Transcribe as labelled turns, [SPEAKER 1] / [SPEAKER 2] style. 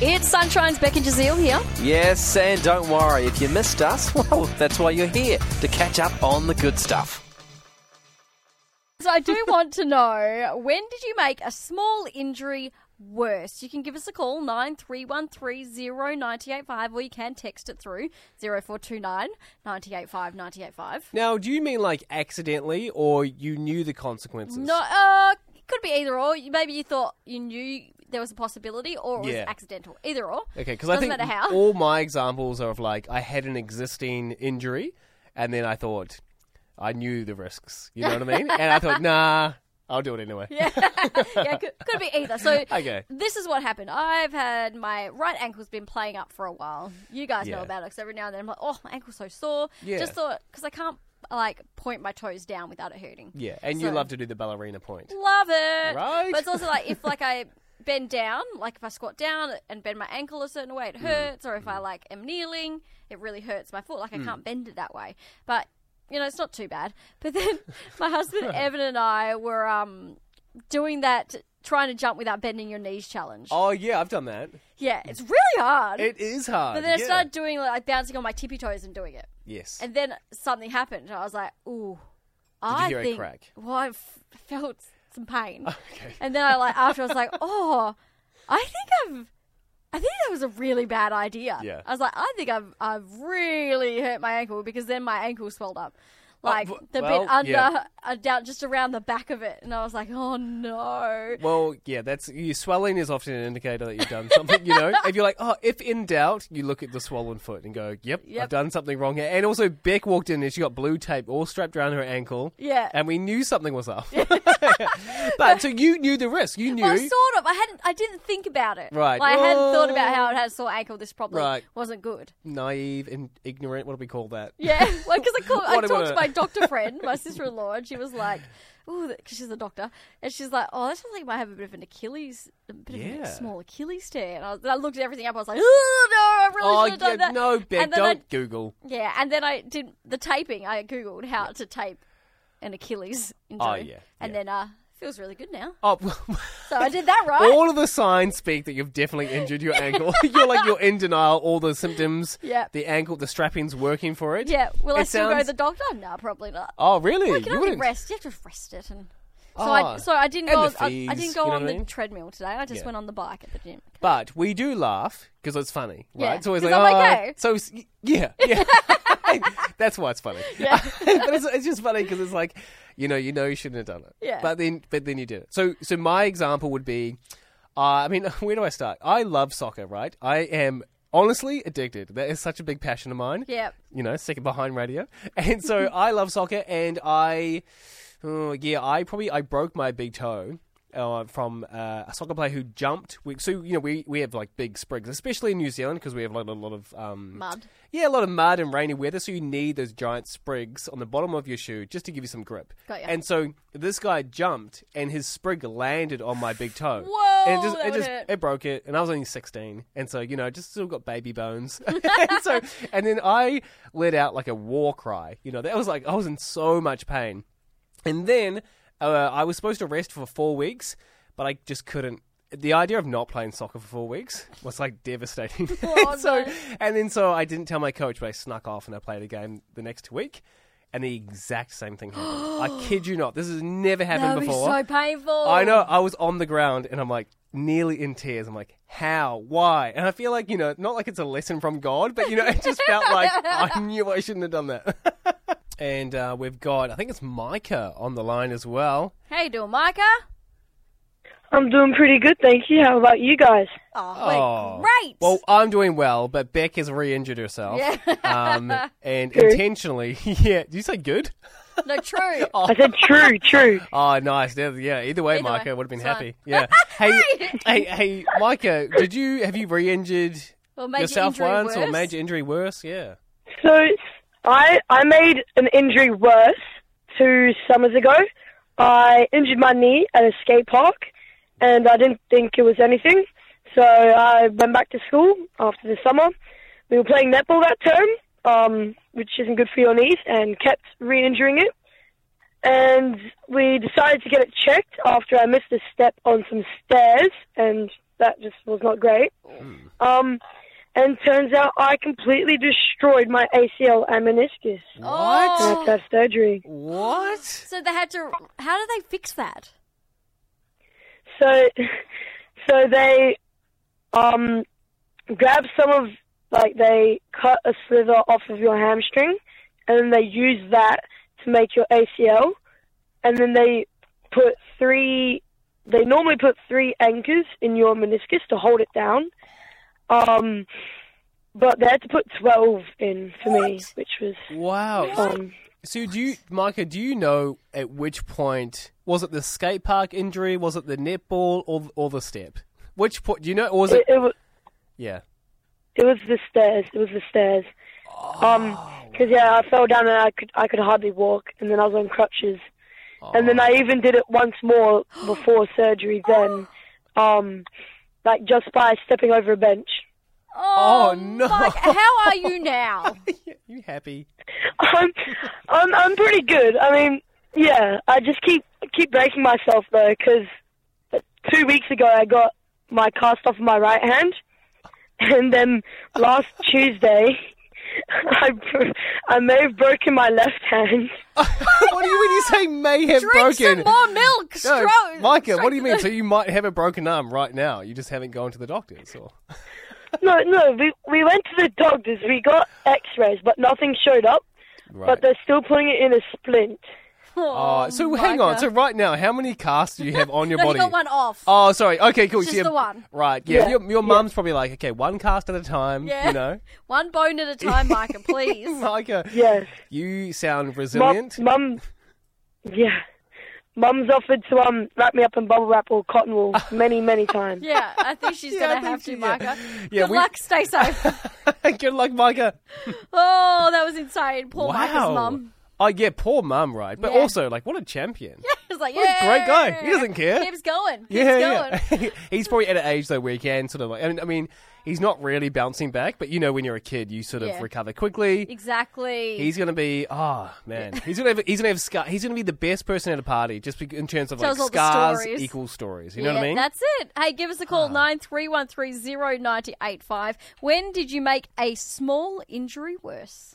[SPEAKER 1] It's Sunshine's Becky Jazeel here.
[SPEAKER 2] Yes, and don't worry, if you missed us, well, that's why you're here, to catch up on the good stuff.
[SPEAKER 1] So I do want to know when did you make a small injury worse? You can give us a call nine three one three zero ninety eight five, or you can text it through zero four two nine ninety eight five ninety eight five.
[SPEAKER 3] Now, do you mean like accidentally or you knew the consequences?
[SPEAKER 1] No, uh, it could be either or. You- Maybe you thought you knew there was a possibility, or it was
[SPEAKER 3] Yeah.
[SPEAKER 1] accidental. Either or.
[SPEAKER 3] Okay, because I
[SPEAKER 1] doesn't
[SPEAKER 3] think
[SPEAKER 1] matter how.
[SPEAKER 3] all my examples are of like I had an existing injury, and then I thought I knew the risks. You know what I mean? And I thought, nah, I'll do it anyway.
[SPEAKER 1] yeah, yeah, could, could be either. So
[SPEAKER 3] Okay.
[SPEAKER 1] this is what happened. I've had my right ankle's been playing up for a while. You guys know
[SPEAKER 3] Yeah.
[SPEAKER 1] about it 'cause every now and then I'm like, oh, my ankle's so sore.
[SPEAKER 3] Yeah.
[SPEAKER 1] Just thought because I can't like point my toes down without it hurting.
[SPEAKER 3] Yeah, and you
[SPEAKER 1] So-
[SPEAKER 3] love to do the ballerina point.
[SPEAKER 1] Love it.
[SPEAKER 3] Right.
[SPEAKER 1] But it's also like if like I bend down, like if I squat down and bend my ankle a certain
[SPEAKER 3] Mm.
[SPEAKER 1] way, it hurts. Or if I like am kneeling, it really hurts my foot. Like
[SPEAKER 3] Mm.
[SPEAKER 1] I can't bend it that way. But you know, it's not too bad. But then my husband Evan and I were um doing that trying to jump without bending your knees challenge.
[SPEAKER 3] Oh yeah, I've done that.
[SPEAKER 1] Yeah, it's really hard.
[SPEAKER 3] It is hard.
[SPEAKER 1] but then I
[SPEAKER 3] yeah.
[SPEAKER 1] started doing like bouncing on my tippy toes and doing it.
[SPEAKER 3] Yes.
[SPEAKER 1] And then something happened, and I was like, "Ooh,
[SPEAKER 3] you
[SPEAKER 1] I
[SPEAKER 3] hear a
[SPEAKER 1] think."
[SPEAKER 3] crack?
[SPEAKER 1] Well, I f- felt some pain, and then I like after I was like, "Oh, I think I've." I think that was a really bad idea.
[SPEAKER 3] Yeah.
[SPEAKER 1] I was like, I think I've I've really hurt my ankle because then my ankle swelled up, like
[SPEAKER 3] Oh, w-
[SPEAKER 1] the
[SPEAKER 3] well,
[SPEAKER 1] bit under
[SPEAKER 3] yeah.
[SPEAKER 1] uh, down just around the back of it, and I was like, oh no.
[SPEAKER 3] Well, yeah, that's you. Swelling is often an indicator that you've done something. You know, if you're like, oh, if in doubt, you look at the swollen foot and go, yep,
[SPEAKER 1] Yep.
[SPEAKER 3] I've done something wrong here. And also, Beck walked in and she got blue tape all strapped around her ankle.
[SPEAKER 1] Yeah.
[SPEAKER 3] and we knew something was up. but so you knew the risk. You knew.
[SPEAKER 1] Well, sort of. I hadn't. I didn't think about it.
[SPEAKER 3] Right.
[SPEAKER 1] Like, I hadn't thought about
[SPEAKER 3] Oh.
[SPEAKER 1] how it had a sore ankle. This probably
[SPEAKER 3] Right.
[SPEAKER 1] wasn't good.
[SPEAKER 3] Naive and ignorant. What do we call that?
[SPEAKER 1] Yeah, well, because I, called, I
[SPEAKER 3] What a-
[SPEAKER 1] talked to my doctor friend, my sister-in-law, and she was like, "Ooh," because she's a doctor, and she's like, "Oh, that sounds like you might have a bit of an Achilles, a bit of
[SPEAKER 3] Yeah.
[SPEAKER 1] a small Achilles tear." And I, was, I looked everything up. I was like, "Oh no, I really
[SPEAKER 3] oh,
[SPEAKER 1] should have done
[SPEAKER 3] yeah,
[SPEAKER 1] that."
[SPEAKER 3] no, Beck,
[SPEAKER 1] and then I-
[SPEAKER 3] don't Google.
[SPEAKER 1] yeah, and then I did the taping. I googled how to tape an Achilles injury.
[SPEAKER 3] Oh, yeah,
[SPEAKER 1] and
[SPEAKER 3] yeah.
[SPEAKER 1] then uh, feels really good now.
[SPEAKER 3] Oh,
[SPEAKER 1] So I did that right.
[SPEAKER 3] all of the signs speak that you've definitely injured your ankle. you're like you're in denial. All the symptoms.
[SPEAKER 1] Yep.
[SPEAKER 3] The ankle, the strapping's working for it.
[SPEAKER 1] yeah, will I
[SPEAKER 3] It
[SPEAKER 1] still go to
[SPEAKER 3] sounds-
[SPEAKER 1] the doctor? No, probably not.
[SPEAKER 3] Oh, really?
[SPEAKER 1] You can only
[SPEAKER 3] wouldn't?
[SPEAKER 1] rest. You have to rest it, and so
[SPEAKER 3] Ah.
[SPEAKER 1] I so I didn't
[SPEAKER 3] And
[SPEAKER 1] go.
[SPEAKER 3] the
[SPEAKER 1] on- I, I
[SPEAKER 3] fees,
[SPEAKER 1] didn't go
[SPEAKER 3] you know
[SPEAKER 1] on
[SPEAKER 3] what I
[SPEAKER 1] the
[SPEAKER 3] mean?
[SPEAKER 1] treadmill today. I just
[SPEAKER 3] Yeah.
[SPEAKER 1] went on the bike at the gym.
[SPEAKER 3] But we do laugh because it's funny,
[SPEAKER 1] Yeah,
[SPEAKER 3] right? It's always
[SPEAKER 1] 'cause
[SPEAKER 3] like,
[SPEAKER 1] I'm
[SPEAKER 3] oh,
[SPEAKER 1] okay.
[SPEAKER 3] so s- y- yeah, yeah. That's why it's funny.
[SPEAKER 1] Yeah.
[SPEAKER 3] but it's, it's just funny because it's like, you know, you know, you shouldn't have done it.
[SPEAKER 1] Yeah.
[SPEAKER 3] But then, but then you did it. So, so my example would be, uh, I mean, where do I start? I love soccer, right? I am honestly addicted. That is such a big passion of mine.
[SPEAKER 1] Yep.
[SPEAKER 3] You know, second behind radio, and so I love soccer, and I. Oh, yeah, I probably I broke my big toe uh, from uh, a soccer player who jumped. We, so you know we, we have like big sprigs, especially in New Zealand because we have like a lot of um,
[SPEAKER 1] Mud.
[SPEAKER 3] Yeah, a lot of mud and rainy weather, so you need those giant sprigs on the bottom of your shoe just to give you some grip.
[SPEAKER 1] Got ya.
[SPEAKER 3] And so this guy jumped, and his sprig landed on my big toe.
[SPEAKER 1] Whoa,
[SPEAKER 3] And it just
[SPEAKER 1] that
[SPEAKER 3] it
[SPEAKER 1] would
[SPEAKER 3] just
[SPEAKER 1] hurt.
[SPEAKER 3] it broke it, and I was only sixteen, and so you know just still got baby bones. and so and then I let out like a war cry. You know that was like I was in so much pain. And then uh, I was supposed to rest for four weeks, but I just couldn't. The idea of not playing soccer for four weeks was like devastating.
[SPEAKER 1] Oh,
[SPEAKER 3] And so,
[SPEAKER 1] no.
[SPEAKER 3] and then so I didn't tell my coach, but I snuck off and I played a game the next week, and the exact same thing happened. I kid you not, this has never happened
[SPEAKER 1] That would be
[SPEAKER 3] before.
[SPEAKER 1] so painful.
[SPEAKER 3] I know. I was on the ground and I'm like nearly in tears. I'm like, how? Why? And I feel like, you know, not like it's a lesson from God, but, you know, it just felt like I knew I shouldn't have done that. and uh, we've got, I think it's Micah on the line as well.
[SPEAKER 1] How you doing, Micah?
[SPEAKER 4] I'm doing pretty good, thank you. How about you guys?
[SPEAKER 1] Oh,
[SPEAKER 3] Oh.
[SPEAKER 1] we're great.
[SPEAKER 3] Well, I'm doing well, but Beck has re injured herself.
[SPEAKER 1] Yeah.
[SPEAKER 3] Um, and intentionally, yeah. Did you say good?
[SPEAKER 1] no, true.
[SPEAKER 4] I said true, true.
[SPEAKER 3] Oh, nice. Yeah, yeah, either way,
[SPEAKER 1] Either way,
[SPEAKER 3] Micah would have been
[SPEAKER 1] it's fine.
[SPEAKER 3] happy. Yeah. Hey, hey, hey, Micah, did you, have you re injured?
[SPEAKER 1] Or made
[SPEAKER 3] yourself
[SPEAKER 1] your injury
[SPEAKER 3] once
[SPEAKER 1] worse.
[SPEAKER 3] or made your injury worse. Yeah.
[SPEAKER 4] So I I made an injury worse two summers ago. I injured my knee at a skate park, and I didn't think it was anything. So I went back to school after the summer. We were playing netball that term, um, which isn't good for your knees, and kept re-injuring it. And we decided to get it checked after I missed a step on some stairs and that just was not great. Um, and turns out I completely destroyed my ACL and meniscus.
[SPEAKER 1] Oh.
[SPEAKER 3] What?
[SPEAKER 4] And I had to have surgery.
[SPEAKER 3] What?
[SPEAKER 1] So they had to. How did they fix that?
[SPEAKER 4] So, so they um, grab some of like they cut a sliver off of your hamstring, and then they use that to make your ACL, and then they put three. They normally put three anchors in your meniscus to hold it down, um, but they had to put twelve in for me, which was
[SPEAKER 3] Wow.
[SPEAKER 4] um,
[SPEAKER 3] So do you, Micah? Do you know at which point was it the skate park injury? Was it the netball or or the step? Which point do you know? Or was
[SPEAKER 4] it,
[SPEAKER 3] it?
[SPEAKER 4] it was.
[SPEAKER 3] Yeah.
[SPEAKER 4] It was the stairs. It was the stairs. Um 'cause yeah, I fell down and I could I could hardly walk, and then I was on crutches, and then I even did it once more before surgery. Then, um, like just by stepping over a bench,
[SPEAKER 1] Oh,
[SPEAKER 3] Oh, no.
[SPEAKER 1] Mike, how are you now?
[SPEAKER 3] You happy?
[SPEAKER 4] I'm I'm I'm pretty good. I mean, yeah, I just keep keep breaking myself though, 'cause two weeks ago I got my cast off my right hand, and then last Tuesday. I bro- I may have broken my left hand.
[SPEAKER 3] what do you mean you say may have
[SPEAKER 1] Drink
[SPEAKER 3] broken?
[SPEAKER 1] some more milk.
[SPEAKER 3] No,
[SPEAKER 1] Stro-
[SPEAKER 3] Micah, what do you mean? So you might have a broken arm right now. You just haven't gone to the doctors, or
[SPEAKER 4] No, no, we we went to the doctors. We got X-rays, but nothing showed up.
[SPEAKER 3] right?
[SPEAKER 4] But they're still putting it in a splint.
[SPEAKER 1] Oh,
[SPEAKER 3] Uh, so hang on.
[SPEAKER 1] Micah.
[SPEAKER 3] So right now, how many casts do you have on your
[SPEAKER 1] no,
[SPEAKER 3] body?
[SPEAKER 1] you got one off.
[SPEAKER 3] Oh, sorry. Okay, cool.
[SPEAKER 1] Just
[SPEAKER 3] So you-
[SPEAKER 1] the one.
[SPEAKER 3] Right. Yeah.
[SPEAKER 4] Yeah.
[SPEAKER 3] Your, your mum's probably like, okay, one cast at a time.
[SPEAKER 1] Yeah.
[SPEAKER 3] You know,
[SPEAKER 1] One bone at a time, Micah, please.
[SPEAKER 3] Micah.
[SPEAKER 4] Yes,
[SPEAKER 3] You sound
[SPEAKER 4] mum,
[SPEAKER 3] resilient.
[SPEAKER 4] mum, yeah, mum's offered to um wrap me up in bubble wrap or cotton wool many, many times.
[SPEAKER 1] Yeah, I think she's
[SPEAKER 3] Yeah, I
[SPEAKER 1] going to have
[SPEAKER 3] think she-
[SPEAKER 1] to,
[SPEAKER 3] yeah.
[SPEAKER 1] Micah.
[SPEAKER 3] Yeah,
[SPEAKER 1] Good
[SPEAKER 3] we-
[SPEAKER 1] luck. Stay safe.
[SPEAKER 3] Good luck, Micah.
[SPEAKER 1] Oh, that was insane. Poor Micah's
[SPEAKER 3] Wow.
[SPEAKER 1] mum.
[SPEAKER 3] Oh yeah, poor mum, right? But
[SPEAKER 1] Yeah.
[SPEAKER 3] also, like, what a champion.
[SPEAKER 1] It's like,
[SPEAKER 3] What a
[SPEAKER 1] yeah,
[SPEAKER 3] great guy. He doesn't care.
[SPEAKER 1] Keeps going. Keeps going.
[SPEAKER 3] Yeah, yeah. he's probably at an age though where he can sort of like. I mean, I mean, he's not really bouncing back, but you know, when you're a kid, you sort of
[SPEAKER 1] Yeah.
[SPEAKER 3] recover quickly.
[SPEAKER 1] Exactly.
[SPEAKER 3] He's gonna be, oh man, he's gonna have, he's gonna have scar. He's gonna be the best person at a party, just be, in terms of
[SPEAKER 1] Tells all
[SPEAKER 3] like
[SPEAKER 1] the
[SPEAKER 3] scars
[SPEAKER 1] stories.
[SPEAKER 3] equals stories. You
[SPEAKER 1] yeah,
[SPEAKER 3] know what I mean?
[SPEAKER 1] That's it. Hey, give us a call nine three one three zero ninety eight five. When did you make a small injury worse?